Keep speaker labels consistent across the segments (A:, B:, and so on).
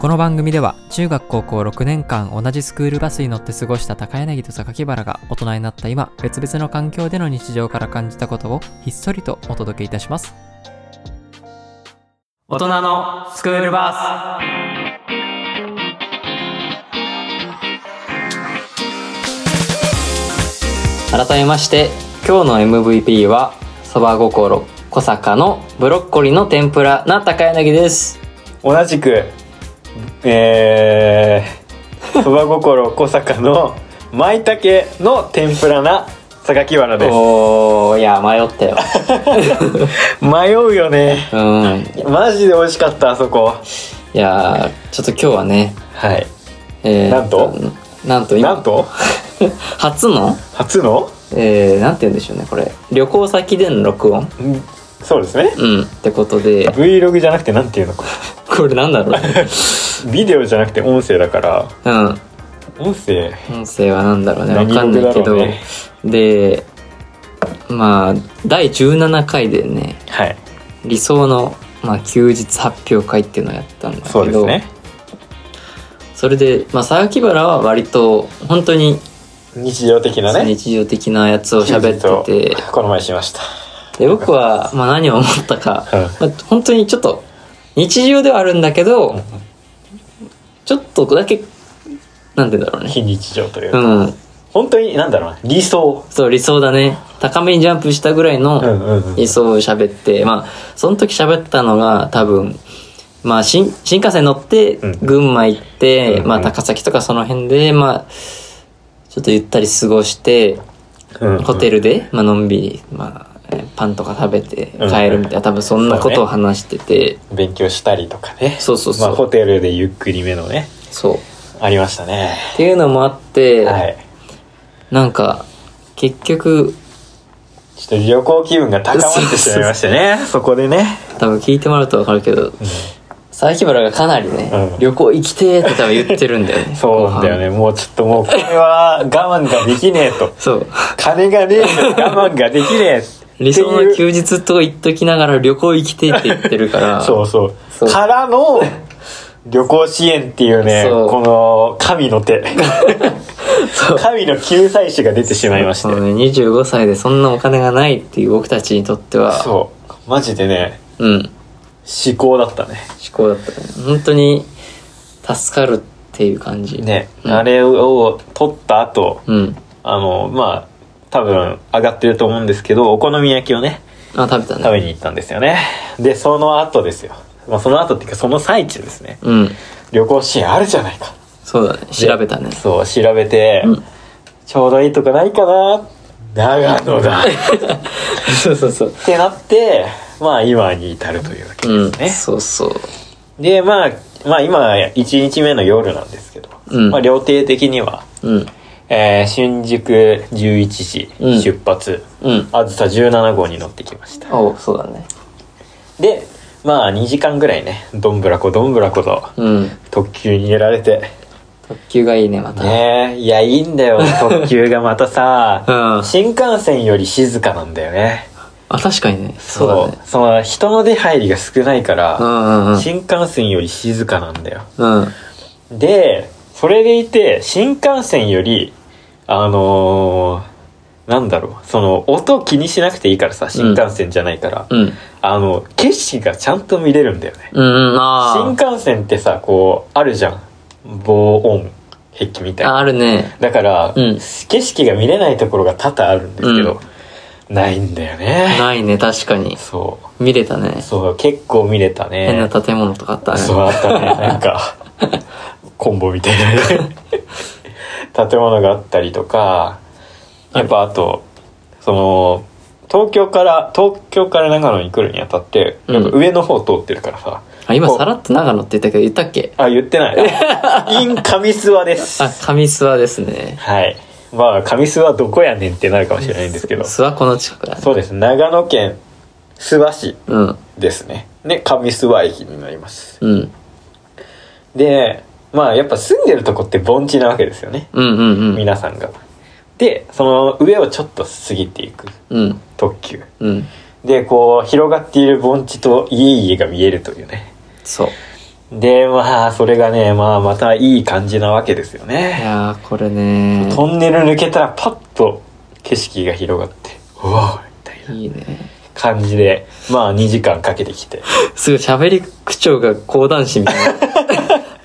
A: この番組では中学高校6年間同じスクールバスに乗って過ごした高柳と榊原が大人になった今別々の環境での日常から感じたことをひっそりとお届けいたします大人のスクールバス改めまして今日の MVP はそば心小坂のブロッコリーの天ぷらな高柳です
B: 同じくえ ー、そば心小坂の舞茸の天ぷらな榊原です
A: おーいや迷ったよ
B: 迷うよね
A: うん
B: マジで美味しかったあそこ
A: いやーちょっと今日はね、
B: はい
A: えー
B: なんと
A: なんと今
B: なんと
A: 初の、
B: 初の
A: えー、なんて言うんでしょうねこれ旅行先での録音
B: うんそうですね
A: うんってことで
B: Vlog じゃなくてなんていうのか
A: これなんだろう ね
B: ビデオじゃなくて音声だから
A: うん
B: 音声
A: 音声はなんだろうねわ
B: 何
A: かんないけ
B: 録だろ
A: ど、
B: うね
A: でまあ第17回でね
B: はい
A: 理想の、まあ、休日発表会っていうのをやったんだけど
B: そうですね
A: それで、まあ、榊原は割と本当に
B: 日常的なね
A: 日常的なやつを喋ってて
B: 休日をこの前しました
A: で僕は、まあ、何を思ったか、まあ、本当にちょっと日常ではあるんだけど、
B: ん
A: ちょっとだけなんて言うんだろうね
B: 非日常というか、
A: うん
B: 本当になんだろうな理想
A: そう理想だね高めにジャンプしたぐらい
B: うん
A: の
B: うんうん
A: 理想を喋って、まあその時喋ったのが多分まあ新新幹線乗って
B: うん
A: 群馬行って、
B: うん
A: まあ高崎とかその辺でまあちょっとゆったり過ごしてホテル
B: ル
A: で、まあのんびり、まあ、えーパンとか食べて帰るみたいな、多分そんなことを話してて、
B: 勉強したりとかね
A: そうそうそう
B: まあ、ホテルでゆっくりめのね
A: そう。っ
B: ありましたね
A: ていうのもあって、
B: はい
A: なんか、結局、
B: ちょっと旅行気分が高まってしまいましてねそこでね、
A: 多分聞いてもらうとわかるけど、佐伯原がかなりね、
B: うん
A: 旅行行きてーって多分言ってるんだよね。
B: そうなんだよねもうちょっともうこれは我慢ができねえと
A: 後半。そう。
B: 金がねえ我慢ができねえっていう
A: 理想の休日とか言っときながら旅行行きてーって言ってるから、
B: そうそう
A: そう
B: からの旅行支援っていうね
A: そう
B: この神 の手神の救済手が出てしまいまして
A: そうね、25歳でそんなお金がないっていう僕たちにとっては、
B: そうマジでね
A: うん。
B: 至高だったね
A: 思考だったね本当に助かるっていう感じ
B: ね、
A: うん
B: あれを取った後
A: うん
B: あのまあ多分上がってると思うんですけどお好み焼きをね
A: あ食べたね
B: 食べに行ったんですよねでその後ですよ、まあ、その後っていうかその最中ですね
A: うん
B: 旅行支援あるじゃないか
A: そうだね調べたね
B: そう調べて、
A: うん
B: ちょうどいいとこないかな長 野だっ
A: そうそうそう
B: てなってまあ今に至るというわけ
A: うん
B: です
A: そうそう
B: ね、でまあまあ今1日目の夜なんですけど、
A: うん
B: まあ料亭的には
A: うん
B: えー新宿11時
A: うん
B: 出発、
A: うん
B: あずさ17号に乗ってきました
A: おそうだね
B: でまあ2時間ぐらいねどんぶらこどんぶらこと
A: うん
B: 特急にやられて
A: 特急がいいねまた
B: ねえいやいいんだ よ特急がまたさ、
A: うん
B: 新幹線より静かなんだよね
A: あ確かにねそうだね
B: その人の出入りが少ないか
A: う
B: ら、
A: んうんうん
B: 新幹線より静かなんだよ
A: うん
B: でそれでいて新幹線よりあのーなんだろうその音気にしなくていいからさ新幹線じゃないから、
A: うん
B: あの景色がちゃんと見れるんだよね
A: うんうん
B: 新
A: あー
B: 幹線ってさこうあるじゃん防音壁みたい
A: あ
B: な
A: あるね
B: だから、
A: うん
B: 景色が見れないところが多々あるんですけど、ないんだよね
A: ないね確かに
B: そ
A: 見れたね
B: うそう結構見れたね
A: 変な建物とかあったね
B: そうあ ったねなんかコンボみたいなね建物があったりとかやっぱあとその東京から東京から長野に来るにあたってやっぱ上の方通ってるからさ、
A: あ今
B: こう
A: さらっと長野って言ったけど言ったっけ
B: あ言ってない イン上諏訪です
A: あ上諏訪ですね
B: はいまあ上諏訪どこやねんってなるかもしれないんですけど
A: 諏訪湖の近くだね
B: そうです長野県諏訪市
A: うん
B: ですねで上諏訪駅になります
A: うん
B: でまあやっぱ住んでるとこって盆地なわけですよね
A: うんうんうん
B: 皆さんがでその上をちょっと過ぎていく
A: うん
B: 特急
A: うん
B: でこう広がっている盆地と家々が見えるというね
A: そう
B: で、まあ、それがね、まあ、またいい感じなわけですよね。
A: やー、これね
B: トンネル抜けたら、パッと景色が広がって、うわーみたいない
A: いね。
B: 感じで、まあ、2時間かけてき て。
A: すごい喋り口調が講談師みた いな。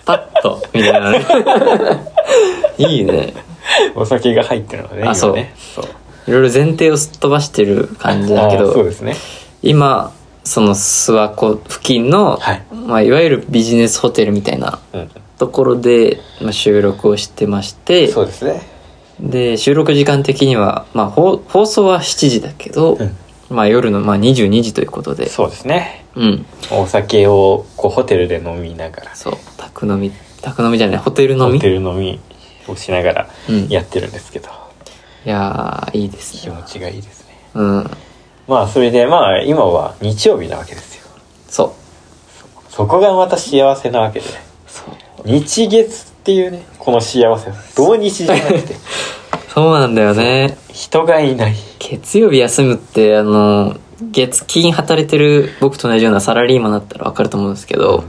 A: パッと、みたいなね。いいね。
B: お酒が入ってるのね、
A: あ
B: 今ね。そう。
A: いろいろ前提をすっ飛ばしてる感じだけ
B: あーそう
A: ど
B: で、すね。
A: 今、その諏訪湖付近の、
B: はい。
A: まあ、いわゆるビジネスホテルみたいな
B: うん。
A: ところで、まあ、収録をしてまして、
B: そうですね。
A: で、収録時間的には、まあ、放放送は7時だけど、
B: うん。
A: まあ夜の、まあ、22時ということで、
B: そうですね。
A: うん、
B: お酒を、こう、ホテルで飲みながら、
A: そう、宅飲み、宅飲みじゃない、ホテル飲み。
B: ホテ
A: い
B: ル飲みをしながら
A: うん
B: やってるんですけど、
A: やー、いいです
B: 気
A: ね
B: 持。ちがいいですね。
A: うん、
B: まあ、それで、まあ、今は日曜日なわけですよ。
A: そう。
B: そこがまた幸せなわけで。
A: そう
B: 日月っていうね、この幸せ。同日じゃなく て、
A: そうなんだよね。
B: 人がいない。
A: 月曜日休むって、あの、月金働いてる僕と同じようなサラリーマンだったらわかると思うんですけど、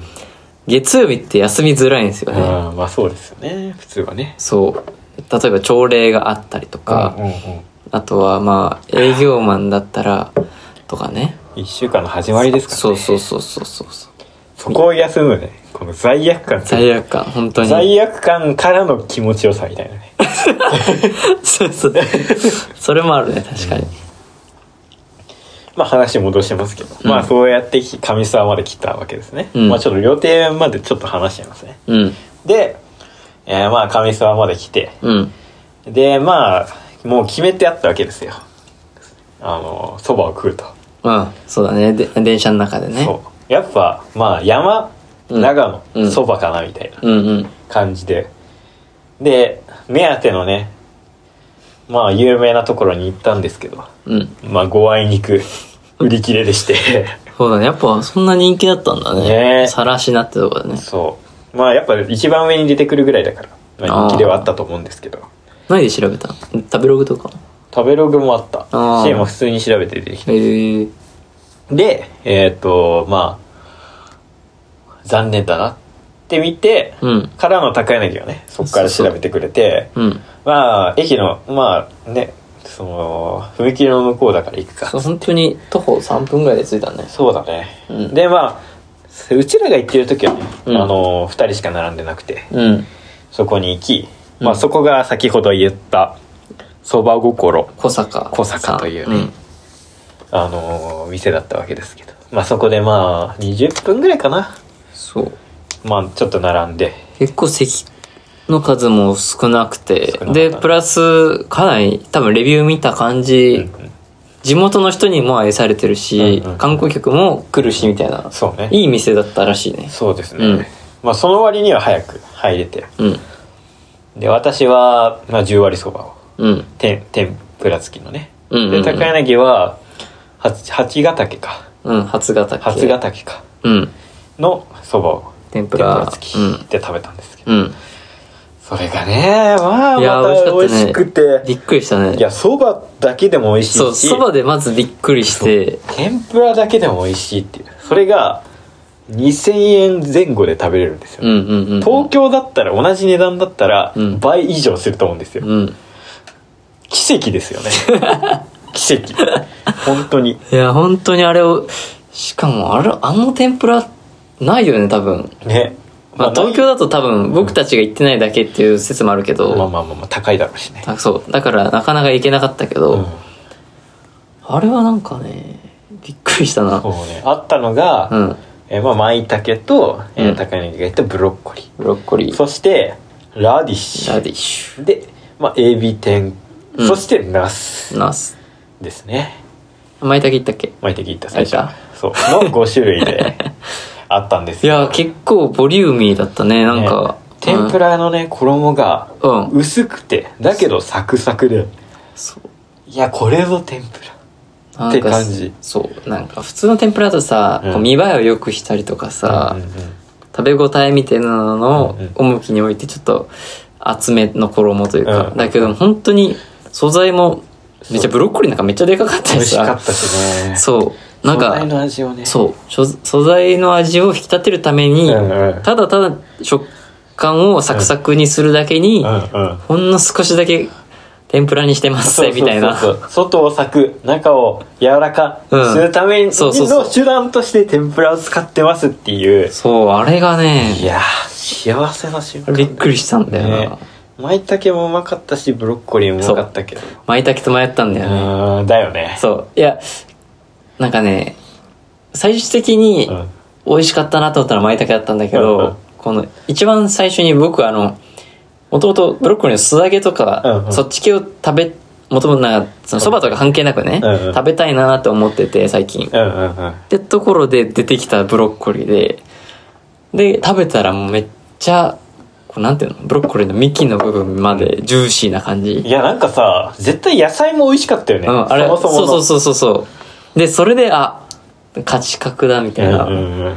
A: 月曜日って休みづらいんですよね。
B: あまあそうですよね、普通はね。
A: そう。例えば朝礼があったりとか、
B: うんうんうん。
A: あとはまあ営業マンだったら、とかね。
B: 一週間の始まりですからね。
A: そうそうそうそうそうそう。
B: そこを休むね。この罪悪感。
A: 罪悪感、本当に。
B: 罪悪感からの気持ちよさみたいなね。
A: そう そう。それもあるね、確かに。
B: まあ話戻しますけど、
A: うん
B: まあそうやってき上沢まで来たわけですね。
A: うん
B: まあちょっと予定までちょっと話しちゃいますね。
A: うん。
B: で、えーまあ上沢まで来て、
A: うん。
B: でまあもう決めてあったわけですよ。あのそばを食うと。
A: まあ、そうだね。で電車の中でね。
B: そうやっぱまあ山
A: うん
B: 長
A: う
B: 野
A: ん
B: そばかなみたいな
A: うんうん。
B: 感じで、で目当てのねまあ有名なところに行ったんですけど
A: うん。
B: まあごあいにく売り切れでして
A: そうだね。やっぱそんな人気だったんだ
B: ねえ
A: ね。さらしなってとこだね。
B: そうまあやっぱ一番上に出てくるぐらいだから、まあ、人気ではあったと思うんですけど
A: 何で調べたの食べログとか
B: 食べログもあった
A: あー
B: シェーンも普通に調べて出てき
A: え
B: て
A: ー、
B: でえっ、とまあ残念だなって見て、
A: うん。
B: からの高柳がねそこから調べてくれて
A: うん。
B: まあ駅のまあねその踏切の向こうだから行くか
A: そう、本当に徒歩3分ぐらいで着いたね。
B: そうだね、
A: うん
B: でまあうちらが行ってる時はね、
A: うん
B: あの2人しか並んでなくて
A: うん。
B: そこに行き、
A: うん
B: まあ、そこが先ほど言ったそば心
A: 小坂。
B: 小坂というね
A: ん
B: あのー店だったわけですけどまあそこでまあ20分ぐらいかな
A: そう。
B: まあちょっと並んで
A: 結構席の数も少なくて
B: 少なかった
A: でプラスかなり多分レビュー見た感じ、
B: うんうん
A: 地元の人にも愛されてるし、
B: うんうん
A: 観光客も来るしみたいな
B: そうね
A: いい店だったらしいね
B: そうですね、
A: うん
B: まあその割には早く入れて
A: うん
B: で私は、まあ、10割そばを
A: うん
B: 天天ぷら付きのね
A: うんうんう
B: で
A: ん
B: 高柳は八八ヶ岳か
A: うん初ヶ岳
B: 八ヶ岳か
A: うん
B: のそばを
A: 天ぷ
B: 天ぷら
A: ら
B: 付きで食べたんですけど、
A: うん、うん、
B: それがねまあ
A: いや
B: また美
A: 美
B: 味
A: 味
B: し
A: しか
B: く
A: ってびっくりしたね
B: いやそばだけでも美味しいし
A: そうそばでまずびっくりして
B: 天ぷらだけでも美味しいっていうそれが2000円前後で食べれるんですよ、
A: うんうんうん
B: 東京だったら同じ値段だったら
A: うん
B: 倍以上すると思うんですよ、
A: うん
B: 奇跡です よね奇跡本当に
A: いや本当にあれをしかもあれあの天ぷらないよね多分
B: ね
A: まあ、
B: ない
A: 東京だと多分僕たちが行ってないだけっていう説もあるけど、
B: まあまあまあまあ高いだろうしね、
A: あそうだからなかなか行けなかったけど、
B: うん、
A: あれはなんかねびっくりしたな
B: そうねあったのが、
A: うん
B: えーまあ舞茸と、えー
A: うん
B: 高柳が言ったブロッコリ
A: ブロッコリ
B: ー
A: ー
B: そしてラディッシ
A: ラ
B: ュ
A: ディッシ
B: で、まあ、エビ天、
A: うん
B: そしてナス
A: ュナス
B: ですね
A: 舞茸行ったっけ
B: 舞茸いった最初
A: 入っ
B: そうの5種 類であったんです
A: いや
B: よ
A: 結構ボリューミーだったねなんか、
B: ね天ぷ
A: ら
B: らのね衣が
A: うん、うん、
B: 薄くてだけどサクサクで
A: そう
B: いやこれぞ天ぷら
A: なんか
B: って感じ
A: そうなんか普通の天ぷらだとさ、
B: うん
A: こう見栄えを良くしたりとかさ、
B: うんうんうん
A: 食べ応えみたいなのを
B: うんうん
A: 重きに置いてちょっと厚めの衣という
B: うんうん
A: か、
B: うん
A: だけど本当に素材もめっちゃブロッコリーなんかめっちゃでかかった
B: 美
A: り
B: 味しか
A: さ
B: ったし ね
A: そうな
B: な
A: んん
B: か
A: か
B: 素材の味をね
A: そう素素材の味を引き立てるために、
B: うんうん
A: ただただ食感をサクサクにするだけ
B: う
A: に、
B: んうん
A: ほんの少しだけ天ぷらにしてます
B: そ
A: ぜ
B: う
A: みたいな
B: そうそうそう外を裂く中を柔らか
A: うん
B: するために
A: そうそうそう
B: の手段として天ぷらを使ってますっていう
A: そうあれが
B: い
A: ね
B: やー幸せな瞬間だ
A: び
B: よ
A: っくりしたんだよな、
B: ね舞茸もうまかったしブロッコリーもうまかったけどう
A: 舞茸と迷ったんだよね、
B: ーんだよね
A: そういやなんかね最終的に
B: うん
A: 美味しかったなと思ったら舞茸だったんだけ
B: うんうん
A: ど、この一番最初に僕あのもともとブロッコリーの素揚げとか、
B: うんうん
A: そっち系を食べもともとなんかそのそばとか関係なくね、
B: うんうん
A: 食べたいなと思ってて最近、
B: うんうんうん
A: ってところで出てきたブロッコリーでで食べたらもうめっちゃこうなんていうのブロッコリーの幹の部分までジューシーな感じ、
B: いやなんかさ絶対野菜も美味しかったよね、
A: うん、あれ
B: そもそもの
A: うそうそうそうそうでそれであ価値格だみたいな、
B: うんうんうん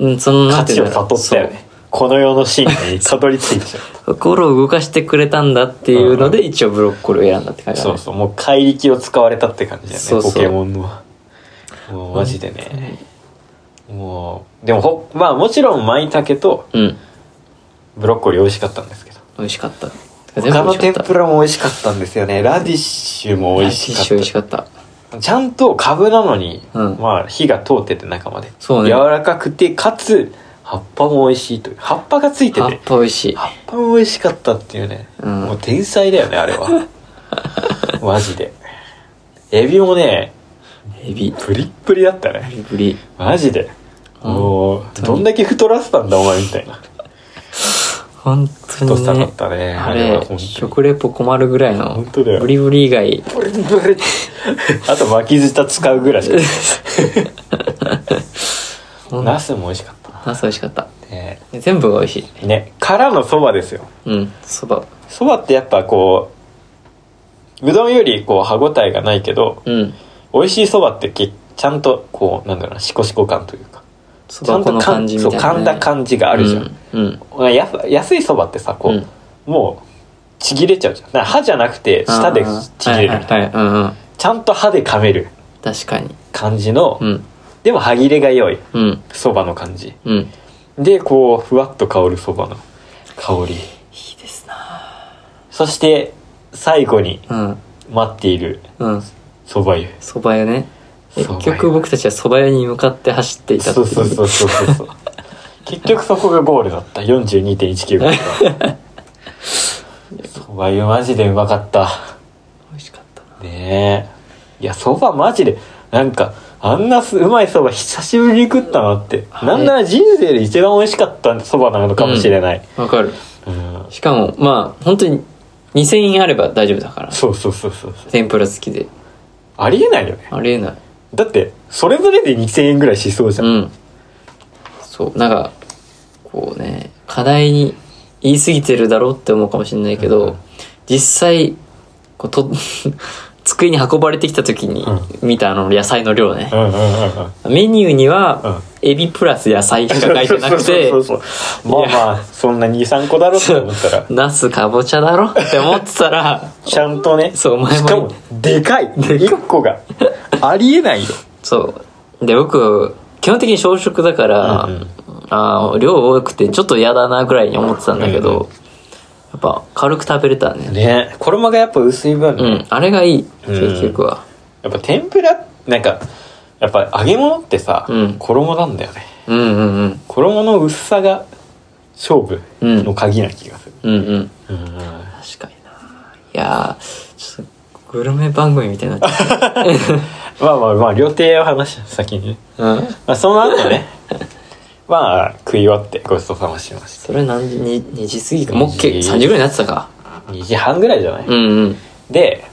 A: うん、その
B: 価
A: なんてい
B: 値
A: う
B: を
A: んだろう
B: 悟ったよねこの世の真理にたどり着いてしまっ
A: そう心を動かしてくれたんだっていうので、一応ブロッコリーを選んだって感
B: た
A: じだね
B: そうそうもう怪力を使われたって感じだよね
A: そうそう
B: ポケモンのはもうマジでねもうでもほまあもちろん舞茸と
A: うん
B: ブロッコリー美味しかったんですけど
A: 美味しかった
B: 他の天ぷ
A: ら
B: らも美味しかったんですよねラディッシュも
A: 美
B: 美
A: 味
B: 味しかっ
A: した美味しかった
B: ちゃんと株なのに、
A: うん
B: まあ火が通ってて中まで、
A: そうね
B: 柔らかくてかつ葉っぱも美味しいという葉っぱがついて
A: 葉ってぱ美味しい
B: 葉っぱも美味しかったっていうね、
A: うん
B: もう天才だよねあれ はマジでエビもね
A: エビ
B: プリップリだった
A: ブ
B: ね
A: リブリ
B: マジで
A: うん
B: もうどんだけ太らせたんだお前みたいな
A: 本当
B: 太
A: に
B: さか
A: ね
B: ったね
A: あ
B: は本
A: れ
B: 当に
A: 食レポ困るぐらいの
B: 本当だよ
A: ブリブリ以外
B: ブリブリあと巻き舌使うぐらいしかナスも美味しかった
A: ナス美味しかった
B: ね
A: 全部が美味しい
B: ねからのそばですよ
A: うんそば
B: そばってやっぱこううどんよりこう歯ごたえがないけど
A: うん
B: 美味しいそばってけちゃんとこうなんだろうなシコシコ感というか
A: そ
B: ち
A: ば
B: ゃん
A: 粉の
B: とか
A: 感
B: ん
A: じ
B: そ
A: み
B: う
A: たいな
B: 噛んだ感じがあるじゃん、
A: うんうん
B: やす安いそばってさこう、
A: うん
B: もうちぎれちゃうじゃんだから歯じゃなくて舌でちぎれるみたいな
A: はいはいはいうんうん
B: ちゃんと歯で噛める
A: 確かに
B: 感じの、
A: うん
B: でも歯切れが良い
A: うん
B: そばの感じ
A: うんいい
B: でこうふわっと香るそばの香り
A: ですな
B: そして最後に
A: うん
B: 待っている
A: うん
B: そば湯
A: そば屋ね結
B: 蕎麦屋
A: 局僕たちはそば屋に向かって走っていたって
B: そ
A: いう
B: そうそうそうそうそう 結局そこがゴールだった42.19秒 そば湯マジでうまかった
A: 美味しかったな
B: ねえいやそばマジでなんかあんなすうまいそば久しぶりに食ったなって
A: はい
B: なんなら人生で一番美味しかったそばなのかもしれない、
A: わかる
B: うん
A: しかもまあ本当に2000円あれば大丈夫だから
B: そうそうそうそうそう
A: 天ぷら好きで
B: ありえないよね
A: ありえない
B: だってそれぞれで2000円ぐらいしそうじゃん、
A: うんそうなんかこうね課題に言い過ぎてるだろうって思うかもしれないけど、
B: うん
A: 実際こうと 机に運ばれてきた時に
B: う
A: 見たあの野菜の量ね
B: う、ん、うんうんうん
A: メニューにはエビプラス野菜しか書いてなくて
B: そうそうそうそうまあまあそんな23個だろって思ったら
A: ナスかぼちゃだろ って思ってたら
B: ちゃんとね
A: そうお前も
B: しかもでかい1個がありえないよ
A: そうで僕基本的に小食だから、
B: うんうん
A: あー量多くてちょっと嫌だなぐらいに思ってたんだけ
B: うん
A: ど、
B: うん
A: やっぱ軽く食べれたね
B: ね衣がやっぱ薄い分、
A: う
B: ね
A: んあれがいい
B: うん
A: 結局は
B: やっぱ天ぷらなんかやっぱ揚げ物ってさ、
A: うん
B: 衣なんだよね
A: うんうんうん
B: 衣の薄さが勝負の鍵な気がする、
A: うんうん
B: うん
A: 確かにないやーちょっとグルメ番組みたいになっち ゃっ
B: まあまあまあ料亭を話した先にね、
A: たうん
B: まあ、その後ねまあ食い終わってごちそうさましまし
A: それ何時に2時過ぎか
B: 2時
A: もうけ3時ぐらいになってたか
B: た2時半ぐらいじゃない、
A: うんうん
B: で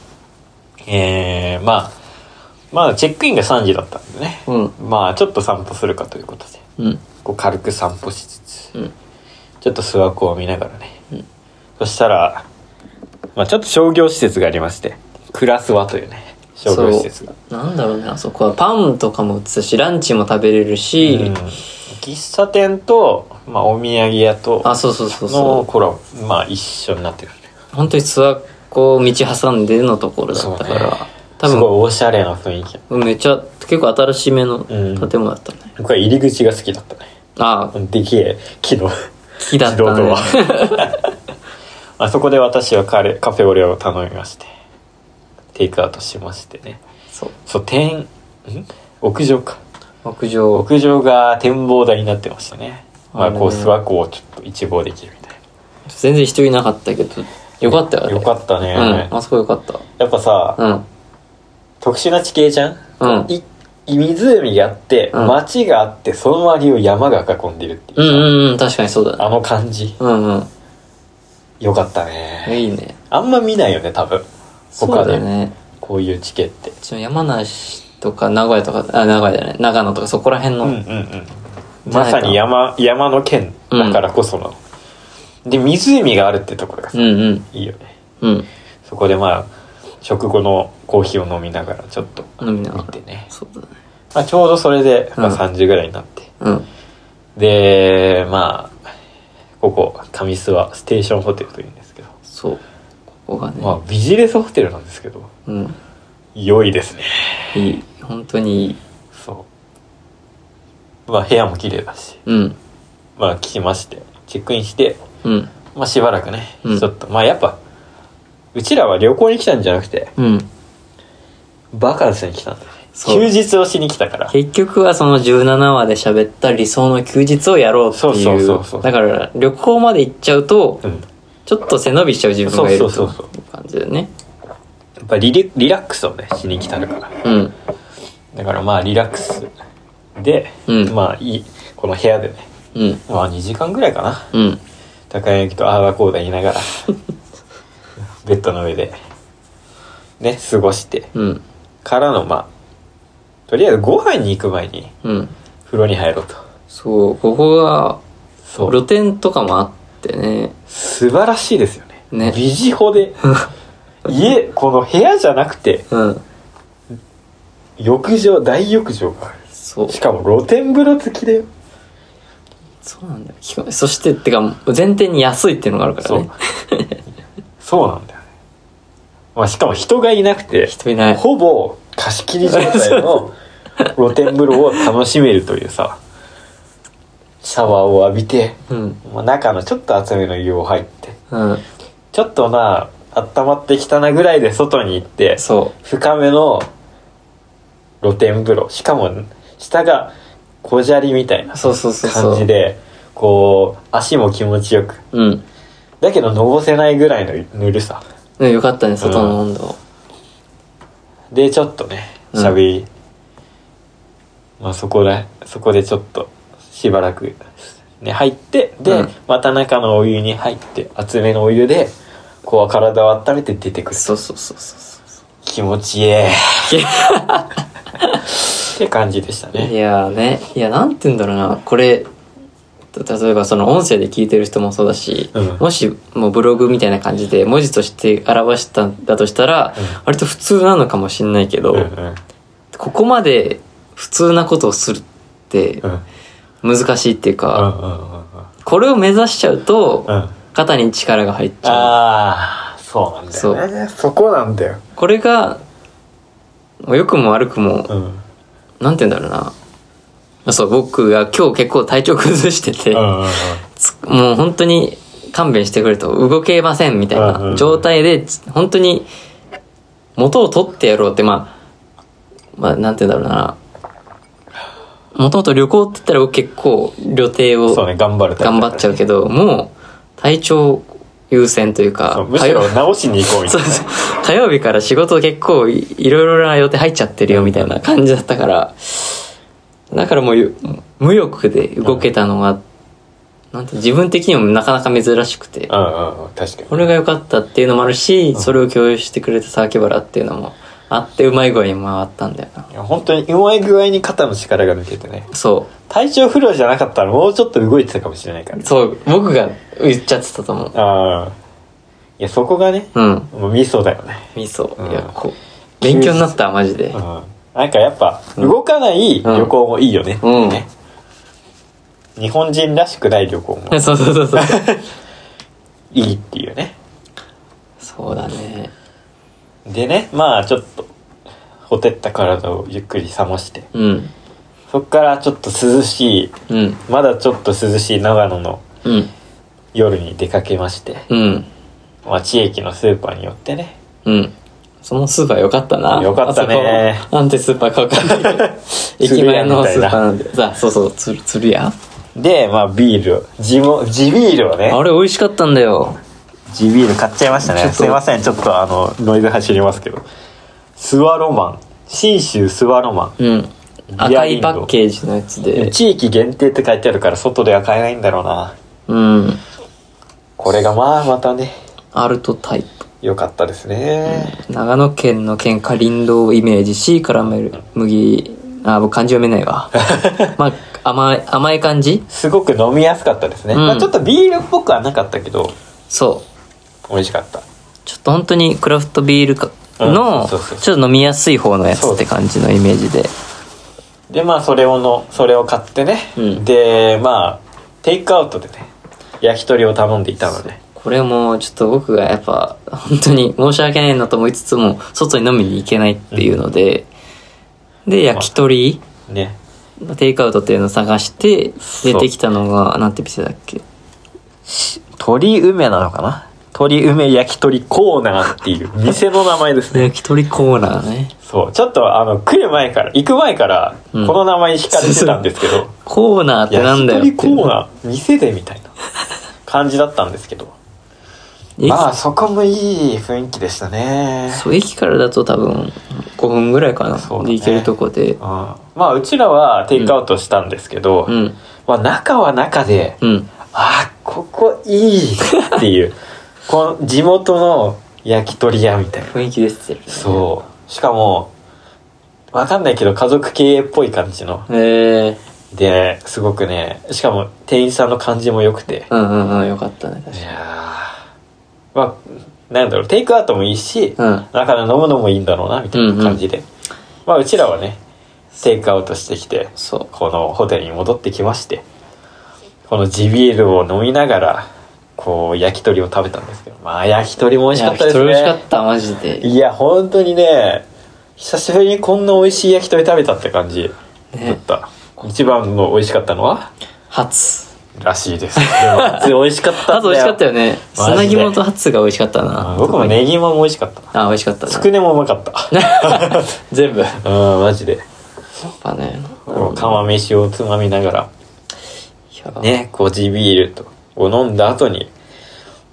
B: えー、まあまあチェックインが3時だったんでね、
A: うん
B: まあちょっと散歩するかということで
A: うん
B: こう軽く散歩しつつ、
A: うん
B: ちょっと諏訪湖を見ながらね、そしたら、まあ、ちょっと商業施設がありましてクラスワというね商業施設が
A: なんだろうねあそこはパンとかも売ってたしランチも食べれるし、
B: うん喫茶店と、まあ、お土産屋と
A: あそうそうそう
B: の
A: そ
B: コラボまあ一緒になってるね
A: う本当に諏訪湖を道挟んでのところだったか
B: そう
A: ら、
B: ね
A: 多
B: すごい
A: 分、
B: おしゃれな雰囲気
A: めっちゃ、結構新しめの建
B: うん
A: 物だったね。
B: 僕は入り口が好きだったね
A: ああ、
B: できえ木の
A: 木だった
B: 自動ド
A: ね。
B: あそこで私はカレーカフェオレを頼みましてテイクアウトしましてね
A: そう。
B: そう天ん屋上か
A: 屋上。
B: 屋上が展望台になってましたねまあ
A: あのー
B: こう諏訪湖をちょっと一望できるみたい
A: 全然人いなかったけど、よかったよ
B: な
A: ね。
B: よかったね、
A: うん、あそこよかった。
B: やっぱさ、
A: うん。
B: 特殊な地形じゃん、
A: うん
B: い湖があって、
A: うん
B: 町があってその周りを山が囲んでるっていうう、
A: んうんうん、確かにそうだね。
B: あの感じ
A: うんうん。
B: よかったね
A: いいね。
B: あんま見ないよね多分
A: そ
B: 他
A: う
B: で
A: だね。
B: こういう地形って
A: ちょ山梨とか名古屋とか、あ、名古屋じゃない、長野とかそこら辺
B: う
A: の。
B: んうんうんまさに山山の県だからこその、で湖があるってところがさ、
A: うんうん。
B: いいよね
A: うん。
B: そこでまあ食後のコーヒーを飲みながらちょっと
A: 飲みなが
B: 見
A: ら
B: てね、
A: そうだね。
B: まあ、ちょうどそれで、ま
A: うん
B: あ、3時ぐらいになって、
A: うん。
B: でまあここ上諏訪ステーションホテルというんですけど、
A: そう。ここがね。
B: まあビジネスホテルなんですけど
A: うん。
B: 良いですね
A: いい。本当にいい。
B: そうまあ部屋も綺麗だし
A: うん。
B: まあ来ましてチェックインして
A: うん。
B: まあしばらくね、
A: うん
B: ちょっとまあやっぱうちらは旅行に来たんじゃなくて
A: うん。
B: バカンスに来たんだよね
A: そう
B: 休日をしに来たから
A: 結局はその17話で喋った理想の休日をやろうっていう。
B: そうそうそうそう
A: だから旅行まで行っちゃうと
B: う、ん
A: ちょっと背伸びしちゃう自分がいる
B: そ
A: と
B: うそうそう
A: いう感じだよね。
B: やっぱリリリラックスをねしに来たから
A: うん。
B: だからまあリラックスで、
A: うん
B: まあいいこの部屋でね
A: うん。
B: まあ2時間ぐらいかな
A: うん。
B: 高柳とああだこうだ言 いながらベッドの上でね過ごして
A: うん。
B: からのまあとりあえずご飯に行く前に
A: うん。
B: 風呂に入ろうと
A: そう、ここが、
B: そ
A: 露店とかもあってね。
B: 素晴らしいですよね
A: ね
B: ビジ ホで家この部屋じゃなくて
A: うん。
B: 浴場大浴場がある
A: そう。
B: しかも露天風呂付きだよ
A: そうなんだよしかも。そして、てか、前提に安いっていうのがあるから
B: そう
A: ね。
B: そうなんだよね、まあ、しかも人がいなくて
A: 人いない。
B: ほぼ貸し切り状 態の露天風呂を楽しめるというさシャワーを浴びて、
A: うん。
B: まあ、中のちょっと厚めの湯を入って
A: うん。
B: ちょっとまあ温まってきたなぐらいで外に行って
A: そ
B: 深めの露天風呂しかも下が小砂利みたいな
A: う。そうそうそうそう。
B: 感じでこう足も気持ちよく
A: うん。
B: だけどのぼせないぐらいのぬるさ
A: ね、よかったね、外の温度。
B: でちょっとね
A: うん
B: しゃべり、まあそこでそこでちょっとしばらく、ね、入ってで、
A: うん
B: また中のお湯に入って熱めのお湯でこう体を温めて出てくる
A: そうそうそうそうそ
B: 気持ち いいって感じでした
A: う。い
B: ね
A: やーね。いや、なんて言うんだろうな。これ、例えばその音声で聞いてる人もそうだし、
B: うん
A: もしもうブログみたいな感じで文字として表したんだとしたら、
B: うん
A: 割と普通なのかもしんないけど、
B: うんうん
A: ここまで普通なことをするって
B: うん
A: 難しいっていう
B: う
A: か、
B: んうんうん
A: これを目指しちゃうと
B: うん
A: 肩に力が入っちゃう。
B: ああそうなんだよねそこなんだよ、
A: これが、良くも悪くも、
B: うん、うん
A: なんて言うんだろうな。そう、僕が今日結構体調崩してて、
B: うんうん
A: つもう本当に勘弁してくれと動けませんみたい
B: うんうんう
A: なん状態で、つ本当に元を取ってやろうって、まあ、まあ、なんて言うんだろうな。もともと旅行って言ったら僕結構旅程
B: そう
A: を
B: ね頑張るタイプ
A: 頑張
B: だから
A: っちゃうけど、もう体調優先という
B: そう
A: か、
B: む
A: 火
B: し
A: 曜
B: ろ直しに行こうみ
A: そ
B: たいうな
A: そう火曜日から仕事結構いいろいろな予定入っちゃってるよみたいな感じだったから、だからもうゆ無欲で動けたのが、なんて自分的にもなかなか珍しくて、
B: うんうんうん確かに
A: これが良かったっていうのもあるし、それを共有してくれた榊原っていうのもあって、うまい具合に回ったんだよな。
B: いや本当にうまい具合に肩の力が抜けてね
A: そ
B: 体調不良じゃなかったらもうちょっと動いてたかもしれないから
A: う。そう、僕が言っちゃってたと思う。
B: ああいやそこがね、
A: うん。
B: もうミソだよね
A: ミソ。
B: うん
A: いや、こう、勉強になった、マジで
B: うん。なんかやっぱ動かない旅行もいいよね,、
A: うん
B: ね日本人らしくない旅行 も
A: そうそうそうそう。
B: いいっていうね
A: そうだね。
B: でねまあちょっとほてった体をゆっくり冷まして
A: うん。
B: そっからちょっと涼しい
A: うん。
B: まだちょっと涼しい長野の
A: うん。
B: 夜に出かけまして
A: うん。
B: 町駅のスーパーに寄ってね
A: うん。そのスーパー良かったな。
B: 良かったね
A: あそこなんてスーパーかわかんない けど。駅前のスーパーなんで。さあ、そうそう、つる、つるや。
B: でまあビールを地も地ビールをね
A: あれ美味しかったんだよ。
B: 地ビール買っちゃいました
A: ちょっ
B: ね
A: と
B: すいませんちょっとあのノイズ走りますけどスワロマン信州スワロマ
A: うん。赤いパッケージのやつ
B: ン
A: で。
B: 地域限定って書いてあるから外では買えないんだろうな
A: うん。
B: これがまあまたね
A: アルトタイプ。
B: 良かったですね、
A: 長野県の県下林道をイメージし、絡める麦、あ、僕漢字読めない わ。まあ、甘い、甘い感じ
B: すごく飲みやすかったですね、
A: うん
B: まあ、ちょっとビールっぽくはなかったけど
A: そう。
B: 美味しかった
A: ちょっと本当にクラフトビールか
B: う
A: の、
B: ん
A: ち
B: そ
A: ょ
B: うそうそう
A: っと飲みやすい方のやつって感じのイメージで。
B: でまあそれをのそれを買ってね、
A: うん
B: でまあテイクアウトでね焼き鳥を頼んでいたので
A: これもちょっと僕がやっぱ本当に申し訳ないなと思いつつも外に飲みに行けないっていうので、で焼き鳥
B: ね
A: テイクアウトっていうのを探して
B: そう
A: 出てきたのがなんて店だっけ
B: 鳥梅なのかな鳥梅焼き鳥コーナーっていう店の名前 ですね
A: 焼き鳥コーナーね
B: そうちょっとあの来る前から行く前から
A: う
B: こ
A: ん
B: の名前惹かれてたんですけど、
A: コーナーってなん
B: 焼
A: だ
B: き
A: よって
B: 鳥コーナー店でみたいな感じだったんですけど
A: 駅,、
B: まあそこもいい雰囲気でしたね
A: そう駅からだと多分5分ぐらいかな、
B: そうだ
A: で
B: ね
A: 行けるとこで
B: うんまあうちらはテイクアウトしたんですけど、
A: うん
B: まあ、中は中で、
A: うん
B: あーここいいっていう この地元の焼き鳥屋みたいな
A: 雰囲気ですよね
B: そうしかもわかんないけど家族経営っぽい感じの
A: へえ
B: ですごくねしかも店員さんの感じも良くて
A: うんうんうんよかったね確か
B: い
A: に
B: やーまあなんだろうテイクアウトもいいし、
A: うん
B: だから飲むのもいいんだろうなみたいな感じで、まあうちらはねテイクアウトしてきて
A: そう
B: このホテルに戻ってきましてこの地ビールを飲みながらこう焼き鳥を食べたんですけどまあ焼き鳥も美味しかったですね
A: いや焼き鳥美味しかったマジで
B: いや本当にね久しぶりにこんな美味しい焼き鳥食べたって感じだった、一番の美味しかったのは
A: 初
B: ら しいですでも美味しかった
A: ハ
B: んだよ
A: ツ美味しかったよね。
B: マジで
A: 砂肝とハツが美味しかった
B: う
A: な。
B: ん僕もネギマも美味しかった
A: あ、美味しかった
B: つ
A: な。
B: くねもうまか った
A: 全部。やっ
B: うんマジで
A: ぱね。
B: 釜飯をつまみながら
A: いや。
B: ね、こう地ビールとを飲んだ後に、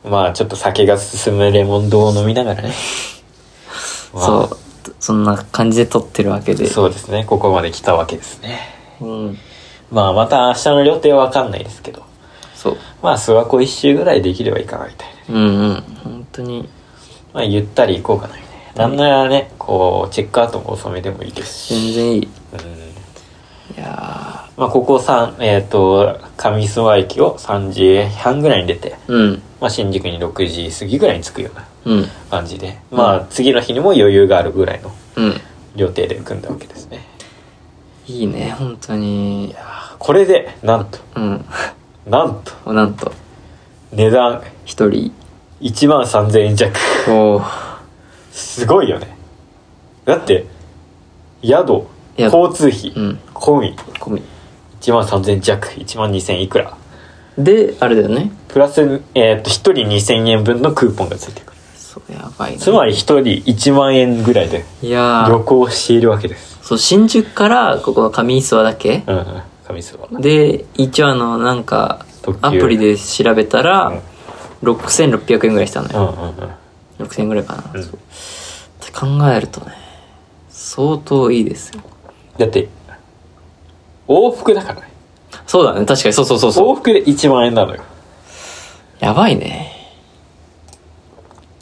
B: まあちょっと酒が進むレモン丼を飲みなが らね。ま
A: そう。そんな感じで撮ってるわけ
B: あ
A: で。
B: そうですね、ここまで来たわけですね。
A: うん。
B: まあまた明日の予定はわかんないですけど、
A: そう。
B: まあ諏訪湖一周ぐらいできればいいかなみたいなね。
A: うんうん。本当に。
B: まあゆったり行こうかなみたいな。なんならね、こうチェックアウトも遅めでもいいですし。
A: 全然いい。い
B: うん
A: や
B: まあここ3、えっ、と、上諏訪駅を3時半ぐらいに出て、
A: ーうん。
B: まあ新宿に6時過ぎぐらいに着くような
A: うん。
B: 感じで、まあ次の日にも余裕があるぐらいの
A: うん。
B: 料亭で組んだわけですね
A: いいね、本当に。
B: これでなんと
A: うん。
B: なんと
A: なんと、
B: 値段
A: 一人。
B: 1万3000円弱
A: お
B: すごいよねだって宿
A: 宿
B: 交通費、
A: うん。
B: 込み
A: 込み。
B: 1万3000円弱1万2000いくら
A: で、あれだよね。
B: プラス、えー、と1人2000円分のクーポンがついてくる
A: そう、やばいな。
B: つまり1人1万円ぐらいで
A: いや
B: 旅
A: ー
B: 行をしているわけです
A: そう、新宿から、ここの上諏訪だっけ
B: うんうん神様
A: で一応あのなんか
B: 特急
A: アプリで調べた
B: う
A: ら
B: ん
A: 6600円ぐらいしたの
B: う
A: よ、
B: んうんうん
A: 6000円ぐらいかな、
B: うん
A: そうって考えるとね相当いいですよ
B: だって往復だからね
A: そうだね確かにそうそうそうそう
B: 往復で1万円なのよ
A: やばいね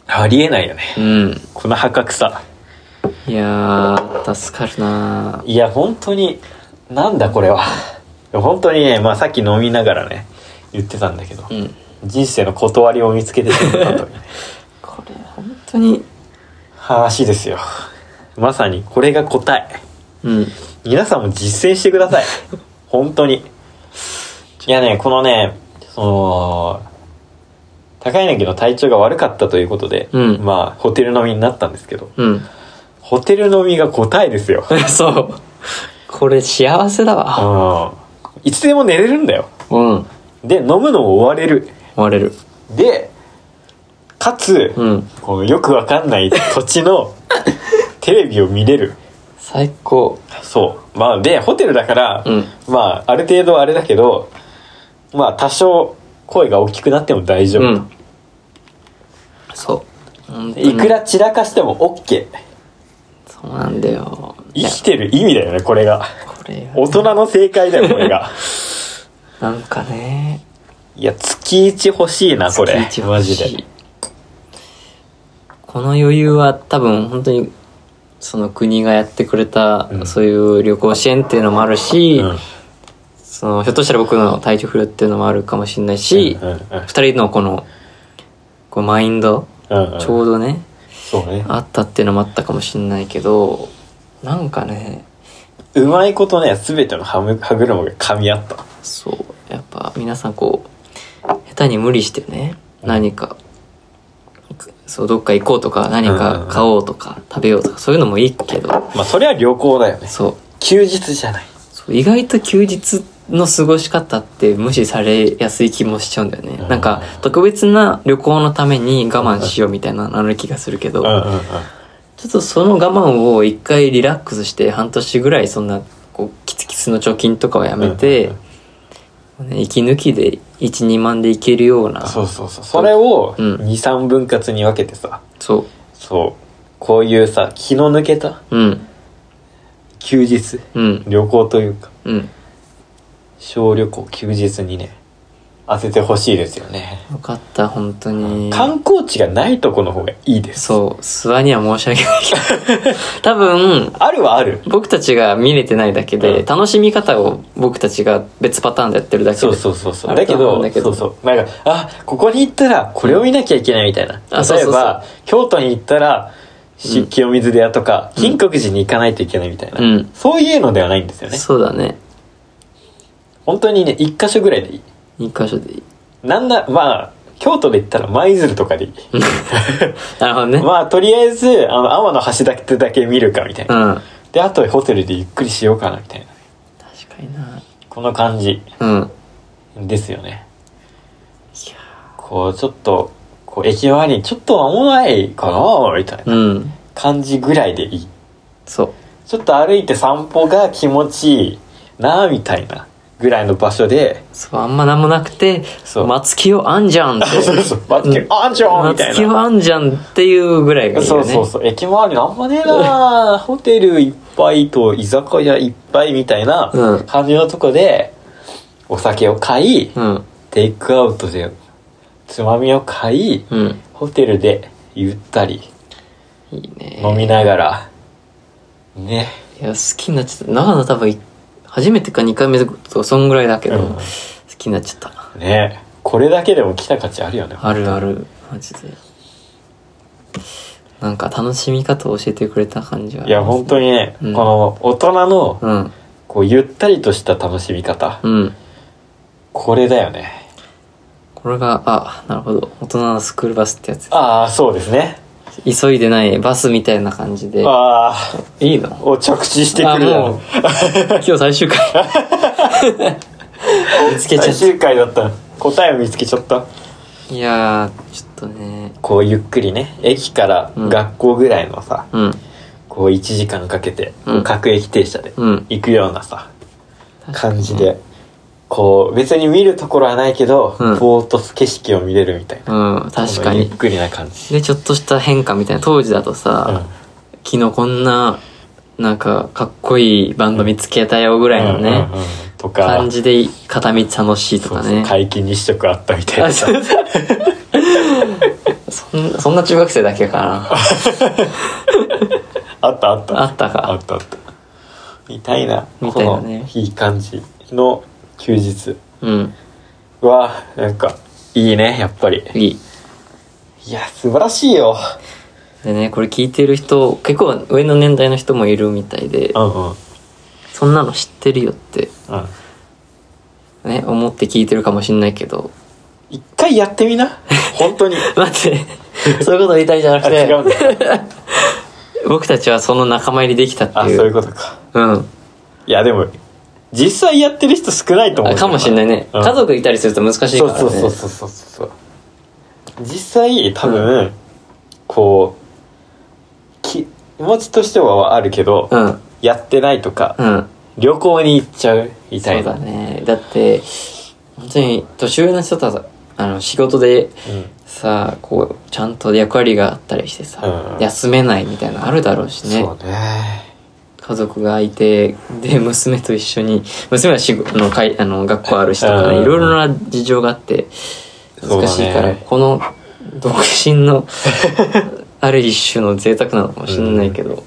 B: ありえないよね
A: うん
B: この破格さ
A: いやー助かるない
B: や本当になんだこれは本当にねまあさっき飲みながらね言ってたんだけど、
A: ーうん
B: 人生の断りを見つけてしまっ たというね
A: これ本当に
B: 話ですよまさにこれが答え
A: うん
B: 皆さんも実践してくだ さい本当にいやねこのねその高柳の体調が悪かったということで、
A: うん
B: まあホテル飲みになったんですけど
A: うん
B: ホテル飲みが答えですよ。
A: そう。これ幸せだわ。
B: うん。いつでも寝れるんだよ。
A: うん。
B: で、飲むのを終われる。
A: 割れる。
B: で、かつ、
A: うん。
B: このよくわかんない土 地のテレビを見れる。
A: 最高。
B: そう。まあ、で、ホテルだから、
A: うん
B: まあ、ある程度はあれだけど、まあ、多少声が大きくなっても大丈
A: う
B: 夫。
A: ん。そう。本当に
B: いくら散らかしても OK。
A: そうなんだよ。い
B: 生
A: や
B: きてる意味だよね、これが。
A: これ
B: 大人の正解だよ、こ れが。
A: なんかね。
B: いや、月一欲しいな、これ。
A: 月一
B: マ
A: 欲
B: ジ
A: しい
B: で。
A: この余裕は多分本当にその国がやってくれた、
B: うん
A: そういう旅行支援っていうのもあるし、
B: うん
A: そのひょっとしたら僕の体調不良っていうのもあるかもしれないし、
B: うんうん
A: 二人のこのこうマインド、
B: うんうん
A: ちょうどね
B: そうね。
A: あったっていうのもあったかもしれないけどなんかね
B: うまいことね、すべての歯む歯車が噛み合った。
A: そうやっぱ皆さんこう下手に無理してね何か、そうどっか行こうとか何か買おうとか食べようとかそういうのもいいけど
B: まあ、それは旅行だよね。
A: そう
B: 休日じゃない。
A: そう意外と休日の過ごし方って無視されやすい気もしちゃうんだよね、
B: うん
A: なんか特別な旅行のために我慢しようみたいななる気がするけど、
B: うんうんうん。
A: ちょっとその我慢を一回リラックスして半年ぐらいそんなこうキツキツの貯金とかはやめて、ね息抜きで12万でいけるような
B: そうそうそう。それを、
A: うん
B: 2、3分割に分けてさ、
A: そ
B: そう。こういうさ、気の抜けた
A: ううん
B: 休日。
A: うん
B: 旅行というか、
A: うん
B: 小旅行休日にね、当ててほしいですよね。
A: よかった本当に
B: 観光地がないとこの方がいいです。
A: そう諏訪には申し訳ないけど多分
B: あるはある。
A: 僕たちが見れてないだけで、
B: うん
A: 楽しみ方を僕たちが別パターンでやってるだけで
B: そうそうそうそう。
A: あ
B: だ
A: る
B: け
A: と思う
B: ど、
A: んだけど
B: そうそう。なんか、あ、ここに行ったらこれを見なきゃいけないみたいな。
A: あそう
B: 例え
A: そうそう
B: ば、京都に行ったら、し
A: うん
B: 清水寺とか、金国寺に行かないといけないみたいな、
A: うん
B: そういうのではないんですよね。
A: そうだね
B: 本当にね、一箇所ぐらいでいい。
A: 一箇所でいい
B: なんだ、まあ、京都で言ったら舞鶴とかでいい。
A: なるほどね、
B: まあ、とりあえず、あの、天の橋だけだけ見るかみたいな。
A: うん
B: で、あとホテルでゆっくりしようかなみたいな。
A: 確かにな
B: この感じ
A: うん
B: ですよね。こう、ちょっと、こう、駅前にちょっと間もないかなみたいな。
A: うん
B: 感じぐらいでいい。
A: そう
B: ちょっと歩いて散歩が気持ちいいなぁみたいなぐらいの場所で、
A: そうあんまなんもなくて
B: そう
A: 松清あんじゃんって
B: そうそうそう、バ ッ
A: う
B: て
A: ん、
B: あんちょんみた
A: 松
B: い
A: 清
B: な。
A: あんじゃんっていうぐらいがいい
B: そ
A: よ
B: う
A: ね
B: そうそう、駅周りなんもねえなぁ ホテルいっぱいと居酒屋いっぱいみたいな
A: うん
B: 感じのとこで、お酒を買い、
A: うん
B: テイクアウトでつまみを買い、
A: うん
B: ホテルでゆったり
A: いいね
B: 飲みながら、ね。
A: いや好きになっちゃった長野多分い初めてか2回目とかそんぐらいだけど、
B: うん
A: 好きになっちゃった
B: ね。これだけでも来た価値あるよね。
A: あるあるマジでなんか楽しみ方を教えてくれた感じはい
B: や、本当にね、
A: うん
B: この大人の、
A: うん
B: こう、ゆったりとした楽しみ方。
A: うん
B: これだよね。
A: これがあなるほど大人のスクールバスってやつ
B: ああ、そうですね。
A: 急いでないバスみたいな感じで
B: ああ、
A: いいの
B: お着地してくる
A: あ もう
B: よ。
A: 今日最 終回見つけちゃ
B: 最
A: っ
B: 終回だった。答えを見つけちゃった。
A: たいやーちょっとね
B: こう、ゆっくりね、駅から
A: うん
B: 学校ぐらいのさ、
A: うん
B: こう、1時間かけて、こ
A: うん
B: う各駅停車で
A: うん
B: 行くようなさ、感じで、こう、別に見るところはないけど、
A: うん
B: ぼーっと景色を見れるみたいな。
A: うん確か
B: このゆっ
A: に
B: くりな感じ。
A: でちょっとした変化みたいな当時だとさ、
B: うん
A: 昨日こんななんかかっこいいバンド見つけたよぐらいのね、
B: うんうんうんとか、
A: 感じで片道楽しいと
B: そう
A: か
B: そう
A: ね
B: 皆既日食あったみたいなさ
A: あ そんそんな中学生だけか
B: あったあった
A: なあった
B: あ
A: か
B: ったあったみたいな
A: みたいなね
B: このいい感じの休日
A: うん
B: はなんかいいねやっぱり
A: いい
B: いや素晴らしいよ
A: でねこれ聞いてる人結構上の年代の人もいるみたいで
B: うんうんうん
A: そんなの知ってるよってね思って聞いてるかもしんないけど
B: 一回やってみな本当に
A: 待ってそういうこと言いたいんじゃなく
B: あ違う
A: て
B: んだ
A: 僕たちはその仲間入りできたって
B: あ、
A: い
B: そういう
A: う。
B: ことか。
A: うん。
B: いや、でも、実際やってる人少ないと思
A: あ
B: う。
A: かもしれないね。
B: うん
A: 家族いたりすると難しいか
B: そう
A: らね。
B: そうそうそうそうそう。実際、多分、こう、気持ちとしてはあるけど、
A: うん。
B: やってないとか、
A: うん。
B: 旅行に行っちゃうみた
A: そう
B: い
A: だ
B: な。
A: ね。だって、本当に年上の人とはさあの、仕事で
B: うん
A: さあ、こう、ちゃんと役割があったりしてさ、
B: うん
A: 休めないみたいなのあるだろうしね。
B: そうね。
A: 家族がいて、で、娘と一緒に、娘は仕事あのかいあの学校あるしとか
B: う
A: ね、
B: ん
A: いろいろな事情があって、
B: そうだね
A: 難しいから、この独身の、 ある一種の贅沢なのかもしれないけど、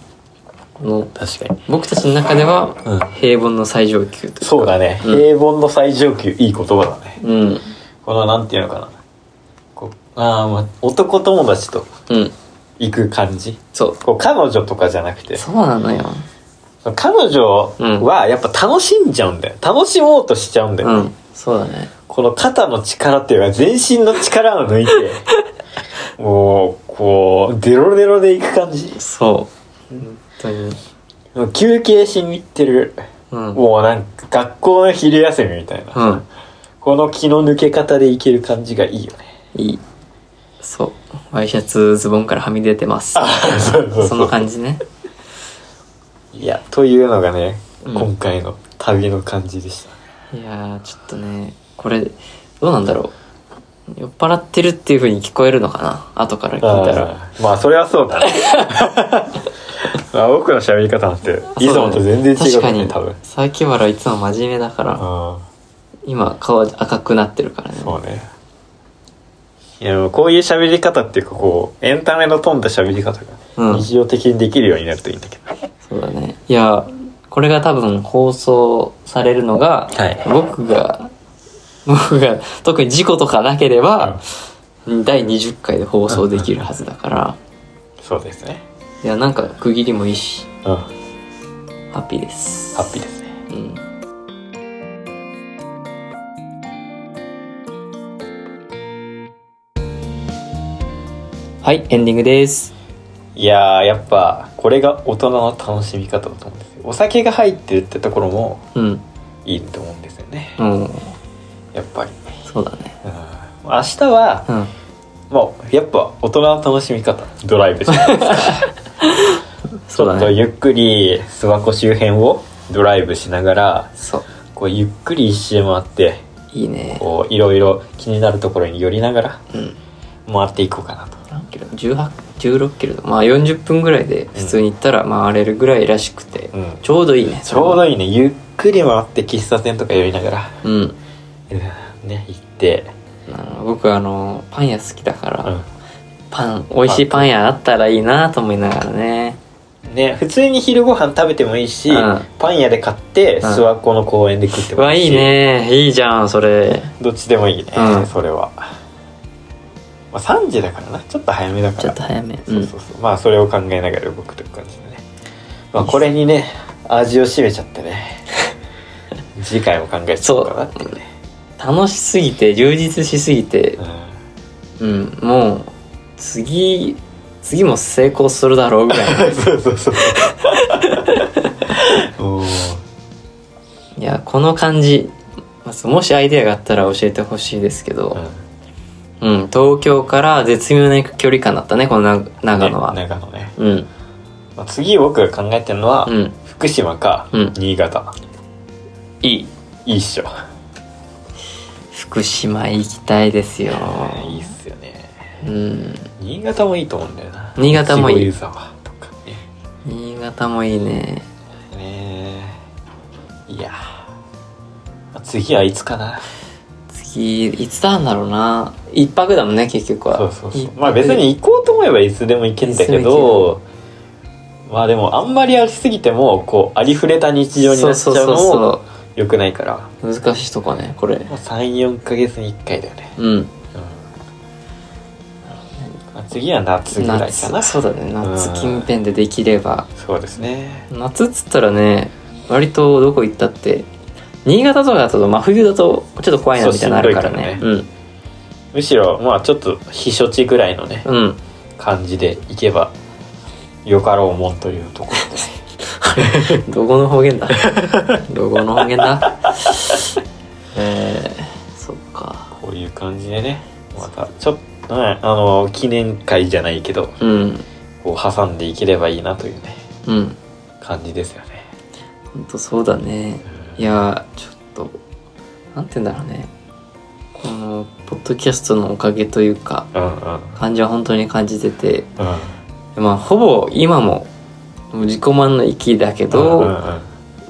A: この
B: 確かに。
A: 僕たちの中では
B: うん
A: 平凡の最上級というか
B: そうだね。
A: うん
B: 平凡の最上級、いい言葉だね。
A: うん。
B: この、なんていうのかな。こうあーまあ、男友達と
A: うん。
B: 行く感じ。
A: そう。
B: こう彼女とかじゃなくて、
A: そうなのよ。
B: 彼女はやっぱ楽しんじゃうんだよ。楽しもうとしちゃうんだよ
A: う
B: ね。
A: ん。そうだね。
B: この肩の力っていうか、全身の力を抜い て、もう、こう、デロデロで行く感じ。
A: そう。本当に。
B: もう休憩しに行ってる。
A: うん。う
B: もうなんか、学校の昼休みみたいな。
A: ん。
B: この気の抜け方で行ける感じがいいよね。
A: いい。そう。ワイシャツズボンからはみ出てます。
B: そうそう
A: そ
B: そ
A: の
B: う。
A: 感じね。
B: いや、というのがね、
A: うん
B: 今回の旅の感じでした。
A: いやー、ちょっとね、これ、どうなんだろう。酔っ払ってるっていう風に聞こえるのかな後から聞いたら。
B: あーまあ、それはそうだね。 まあ、僕の喋り方なんて、いつもと全然違う
A: そうだ
B: ね、
A: ね
B: 多分。
A: 確かに、榊原いつも真面目だから、
B: あ
A: 今顔赤くなってるからね
B: あ、。そうね。いや、でもこういう喋り方っていうか、こう、エンタメの飛んだ喋り方
A: う
B: が、
A: ん
B: 日常的にできるようになるといいんだけど。
A: そうだね。いや、これが多分放送されるのが、
B: はい
A: 僕が、僕が特に事故とかなければ、第20回で放送できるはずだから、
B: そうですね。
A: いや、なんか区切りもいいし、
B: うん。
A: ハッピーです。
B: ハッピーですね。
A: うんはい、エンディングです。
B: いやー、やっぱ、これが大人の楽しみ方だと思うんですよ。お酒が入ってるってところも
A: うん。
B: いいと思うんですよね。
A: うん。
B: やっぱり。
A: そうだね。
B: うん明日は、
A: うん。
B: まあ、やっぱ大人の楽しみ方ドライブじゃない ですかち
A: そう
B: ょ
A: だ
B: っと
A: ね。
B: ゆっくり諏訪湖周辺をドライブしながら
A: そう。
B: こうゆっくり一周回って
A: いいね。
B: こういろいろ気になるところに寄りながら
A: うん。
B: 回っていこうかなと
A: 何キロ ?18、16キロだ。まあ40分ぐらいで普通に行ったら回れるぐらいらしくて、
B: うん
A: ちょうどいいね。
B: ちょうどいいねゆっくり回って喫茶店とか寄りながら、
A: うん。
B: うんね行って、
A: あの僕はあの、パン屋好きだから、
B: う
A: パン、美味しいパン屋あったらいいなと思いながらね。
B: んね普通に昼ご飯食べてもいいし、
A: うん
B: パン屋で買っ
A: ん
B: て諏訪湖の公園で食って
A: う
B: も
A: わ、
B: いい
A: い
B: し
A: いね。いいじゃん、それ。
B: どっちでもいいね、
A: うん
B: それは、まあ、3時だからなちょっと早めだから
A: ちょっと早め。う
B: そうんそ。うそうまあそれを考えながら動くという感じでね、まあ、これにね味を占めちゃってね次回も考えちゃおうかなっていうね
A: 楽しすぎて、充実しすぎて
B: う、ん
A: うん、もう、次、次も成功するだろうぐ らいの。
B: そうそうそうおー
A: いや、この感じ、まずもしアイデアがあったら教えてほしいですけど、
B: うんね
A: うん、東京から絶妙な距離感だったね、このな長野は。
B: 長野ね、
A: うん、
B: まあ、次僕が考えてるのは、
A: うん、
B: 福島か
A: うん
B: 新潟、
A: いい。
B: いいっしょ
A: 福島行きたいですよ。
B: いいっすよね
A: うん、
B: 新潟もいいと思うんだよな
A: 新潟もいい
B: 越後湯沢とかね
A: 新潟もいいね。
B: ねえいやー次はいつかな
A: 次、いつなんだろうな。一泊だもんね、結局は。
B: そうそうそ
A: 一
B: う
A: 泊で
B: まあ別に行こうと思えばいつでも行けんだけ
A: いつでも
B: どまあでもあんまりありすぎてもこうありふれた日常になっちゃうの
A: そう
B: も
A: そ
B: 良くないから
A: うそう難しいとこね、これ。
B: まあ34ヶ月に1回だよね、
A: うん。
B: うんまあ次は夏ぐらいかな
A: 夏そうだね夏近辺でできれば、
B: そうですね
A: 夏っつったらね割とどこ行ったって新潟とかだと真冬だとちょっと怖いなみたいなのあるからね
B: そうむしろまあちょっと避暑地ぐらいのね
A: うんうん
B: 感じで行けばよかろうもんというところで
A: どこの方 言だどこの方言だえー、そっか
B: こういう感じでねまたちょっと、ね、あの記念会じゃないけど
A: うん
B: こう挟んでいければいいなというね
A: うん
B: 感じですよね
A: ほんとそうだねいやちょっとなんて言うんだろうねこのポッドキャストのおかげというか
B: うんうん
A: 感じは本当に感じてて
B: うん
A: まあほぼ今も自己満の域だけど、
B: うんうん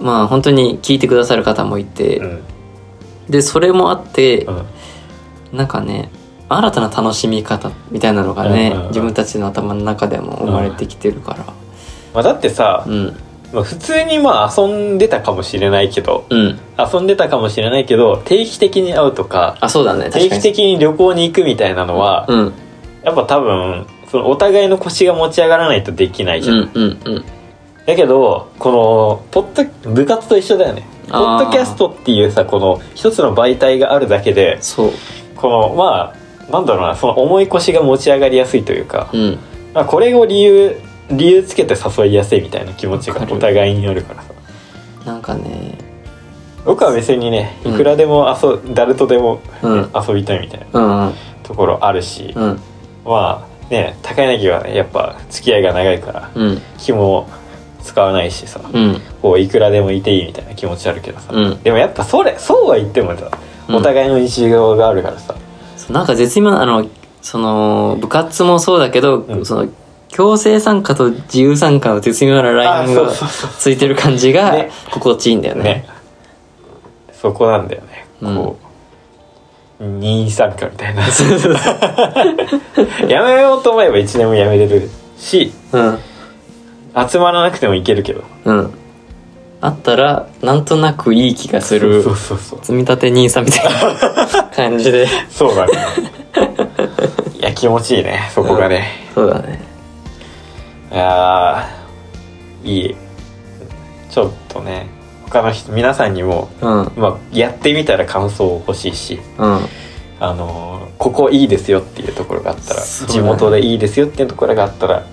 A: まあ本当に聞いてくださる方もいて、
B: うん
A: でそれもあって
B: う、ん
A: なんかね新たな楽しみ方みたいなのがね、
B: うんうんうん
A: 自分たちの頭の中でも生まれてきてるから
B: まあ、だってさ
A: う、ん
B: まあ普通にまあ遊んでたかもしれないけど
A: うん
B: 遊んでたかもしれないけど定期的に会うとか
A: あそうだね確
B: 定
A: かに
B: 期的に旅行に行くみたいなのは、
A: うん
B: やっぱ多分そのお互いの腰が持ち上がらないとできないじ
A: う
B: ゃん、
A: んうんうん
B: だけどこのポッド部活と一緒だよねポ
A: あー
B: ッドキャストっていうさこの一つの媒体があるだけで
A: そう
B: このまあなんだろうなその重い腰が持ち上がりやすいというか、
A: うん
B: まあ、これを理由理由つけて誘いやすいみたいな気持ち
A: わか
B: が
A: る
B: お互いにあるからさ
A: なんかね
B: 僕は別にね
A: う
B: い
A: ん
B: くらでも遊、誰とでも
A: うん
B: 遊びたいみたいな
A: うんうん
B: ところあるし、
A: うん
B: まあね高柳はねやっぱ付き合いが長いから
A: うん
B: 気も使わないしさ、
A: うん
B: こういくらでもいていいみたいな気持ちあるけどさ、
A: うん
B: でもやっぱそれそうは言ってもさ
A: うん
B: お互いの日常があるからさ、
A: そうなんか絶妙なあのその部活もそうだけど、
B: うん
A: その強制参加と自由参加の絶妙なラインが
B: あそうそう
A: ついてる感じが
B: ね
A: 心地いいんだよね
B: ねそこなんだよねこう、任意参加みたいな
A: そうそうそ
B: やめようと思えば一年もやめれるし
A: う
B: 集まらなくてもいけるけど
A: うんうんあったらなんとなくいい気がする
B: そうそうそう
A: 積み立て兄さんみたい な感じで
B: そ うだねいや気持ちいいねそこがね、
A: そうだね
B: いやーいいちょっとね他の人皆さんにも、
A: うんうん
B: まあ、やってみたら感想欲しいしあのーここいいですよっていうところがあったら、
A: そうだね
B: 地元でいいですよっていうところがあったら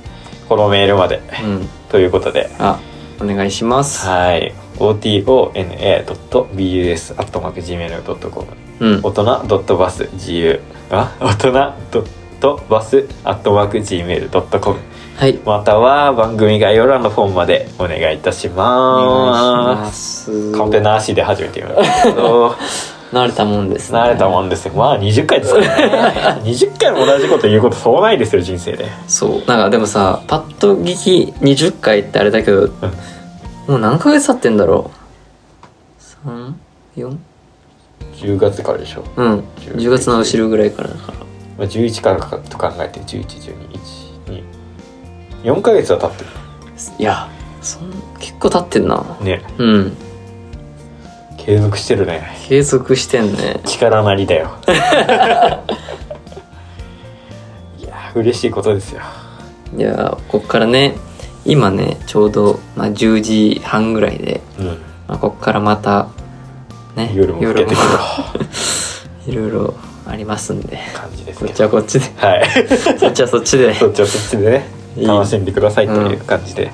B: このメールまで
A: うん
B: ということで
A: あお願いします
B: はい otona.bus.gmail.com
A: うん
B: 大人 .busgu あ大人 .bus.gmail.com
A: はい
B: または番組概要欄のフォームまでお願いいたし
A: お願いし
B: ま
A: ますす
B: カンペなしで始めてみましたけど
A: 慣れたもんですね
B: 慣れたもんですよまあ20回ですから ね20回も同じこと言うことそうないですよ人生で
A: そうなんかでもさパッと聞き20回ってあれだけどもう何ヶ月経ってんだろう34
B: 10月からでしょ、
A: うん10月の後ろぐらいからだから
B: まあ、11からかと考えて111214ヶ月は経って
A: いやそん結構経ってんな
B: るね
A: うん
B: 継続してるね
A: 継続してんね
B: 力なりだ よいや嬉しいことですよ
A: いやこっからね今ねちょうど、まあ、10時半ぐらいで、
B: うん
A: まあ、こっからまたね
B: 夜も更けてくる
A: いろいろありますんで
B: 感じです
A: こ
B: け
A: っちはこ
B: ど
A: っちで
B: はい
A: そっちはそっ ちで
B: そっちはそっちでね
A: いい
B: 楽しんでくださいという感じで、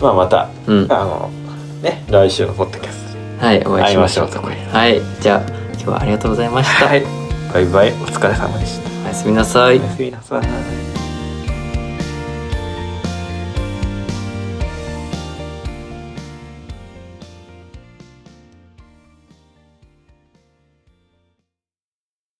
B: まあまた
A: うん
B: あのね来週のポッドキャストで
A: はいお会いしましょう
B: 会いましょうとこれ
A: はいじゃあ今日はありがとうございました、
B: はいバイバイお疲れ様でした
A: おやすみなさい
B: おやすみなさい